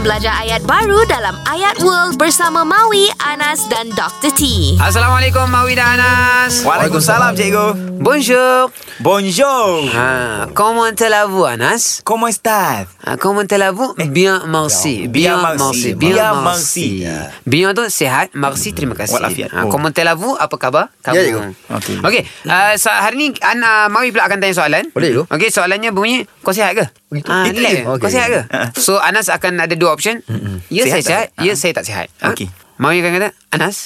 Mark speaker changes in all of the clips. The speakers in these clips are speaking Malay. Speaker 1: belajar ayat baru dalam Ayat World bersama Maui, Anas dan Dr. T.
Speaker 2: Assalamualaikum Mawi dan Anas.
Speaker 3: Waalaikumsalam, cikgu.
Speaker 2: Bonjour.
Speaker 3: Bonjour.
Speaker 2: Ah, comment allez-vous Anas?
Speaker 3: Comment estás?
Speaker 2: Ah, comment allez-vous? Bien, merci.
Speaker 3: Bien, merci.
Speaker 2: Bien,
Speaker 3: Bien,
Speaker 2: merci.
Speaker 3: merci.
Speaker 2: Bien tu sihat. Merci, terima kasih.
Speaker 3: Walafiat.
Speaker 2: Ah,
Speaker 3: Oh.
Speaker 2: comment allez-vous? Apa khabar? Kamu?
Speaker 4: Ya, cikgu.
Speaker 2: Okey.
Speaker 3: Okey.
Speaker 2: Okey. Ah, so, hari ni Ana Mawi pula akan tanya soalan.
Speaker 4: Boleh, cikgu.
Speaker 2: Okey, soalannya bunyi kau sihat ke?
Speaker 4: Begitu.
Speaker 2: Ah,
Speaker 4: Itu
Speaker 2: relax.
Speaker 4: je. Okey.
Speaker 2: Kau sihat ke? So Anas akan ada dua option. Ya saya
Speaker 3: Sihat tak
Speaker 2: sihat,
Speaker 3: sihat?
Speaker 2: ya saya tak sihat. Ah.
Speaker 3: Okey.
Speaker 2: Mawi akan kata, Anas.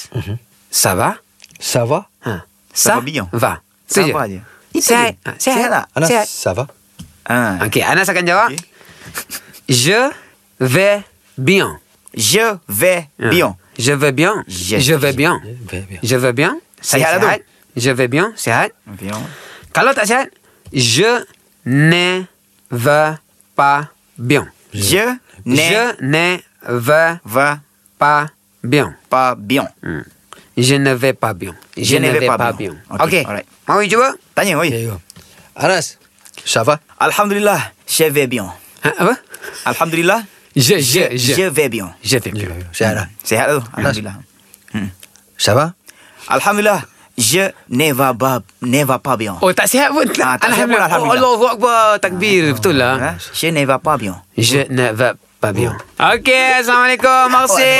Speaker 2: Ça va?
Speaker 4: Ça va?
Speaker 2: Ha. Ça
Speaker 3: Ça va bien.
Speaker 2: va.
Speaker 3: Ça
Speaker 2: Tu
Speaker 3: va je.
Speaker 2: Sihat. Ah, Sihat.
Speaker 3: Sihat tak?
Speaker 4: Anas,
Speaker 2: Sihat.
Speaker 4: ça va?
Speaker 3: Ah.
Speaker 2: Okey, Anas akan jawab.
Speaker 3: Okey.
Speaker 2: Je vais bien.
Speaker 3: Je vais
Speaker 2: Ah.
Speaker 3: bien.
Speaker 2: Je vais bien.
Speaker 3: Je-
Speaker 2: Je vais bien.
Speaker 4: vais bien.
Speaker 2: Je vais bien. Saya
Speaker 3: Sihat lah tu.
Speaker 2: sihat. Je vais bien. Sihat.
Speaker 3: Bien.
Speaker 2: Kalau tak sihat, je ne vais pas bien.
Speaker 3: Je ne
Speaker 2: Je ne vais
Speaker 3: vais
Speaker 2: pas bien.
Speaker 3: pas bien.
Speaker 2: Hmm. Je ne vais pas bien. Je ne vais pas bien. Okey.
Speaker 3: Okey, alright.
Speaker 2: Mau cuba?
Speaker 3: Tanya,
Speaker 4: Ya,
Speaker 3: oi.
Speaker 4: ya. Anas, ça va?
Speaker 3: Alhamdulillah, je vais bien.
Speaker 2: Ha, apa?
Speaker 3: Alhamdulillah,
Speaker 2: Hein, Je je je.
Speaker 3: je vais bien.
Speaker 2: Je vais
Speaker 4: Ya,
Speaker 2: bien.
Speaker 4: ya. Sihat dah.
Speaker 3: Sihat tu? Alhamdulillah.
Speaker 4: Ça va?
Speaker 3: Alhamdulillah, je ne vais pas, ne vais pas bien.
Speaker 2: Oh tak sihat pun
Speaker 3: Ah, tak sihat pun,
Speaker 2: Alhamdulillah Oh,
Speaker 3: Alhamdulillah.
Speaker 2: Allahu Akbar Takbir Betul lah
Speaker 3: Ah, Je ne vais pas bien.
Speaker 2: Je ne vais pas bien Okay Assalamualaikum Merci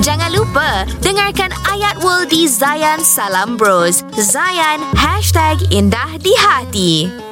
Speaker 1: Jangan lupa, dengarkan Ayat World di Zayan Salam Bros. Zayan, hashtag indah di hati.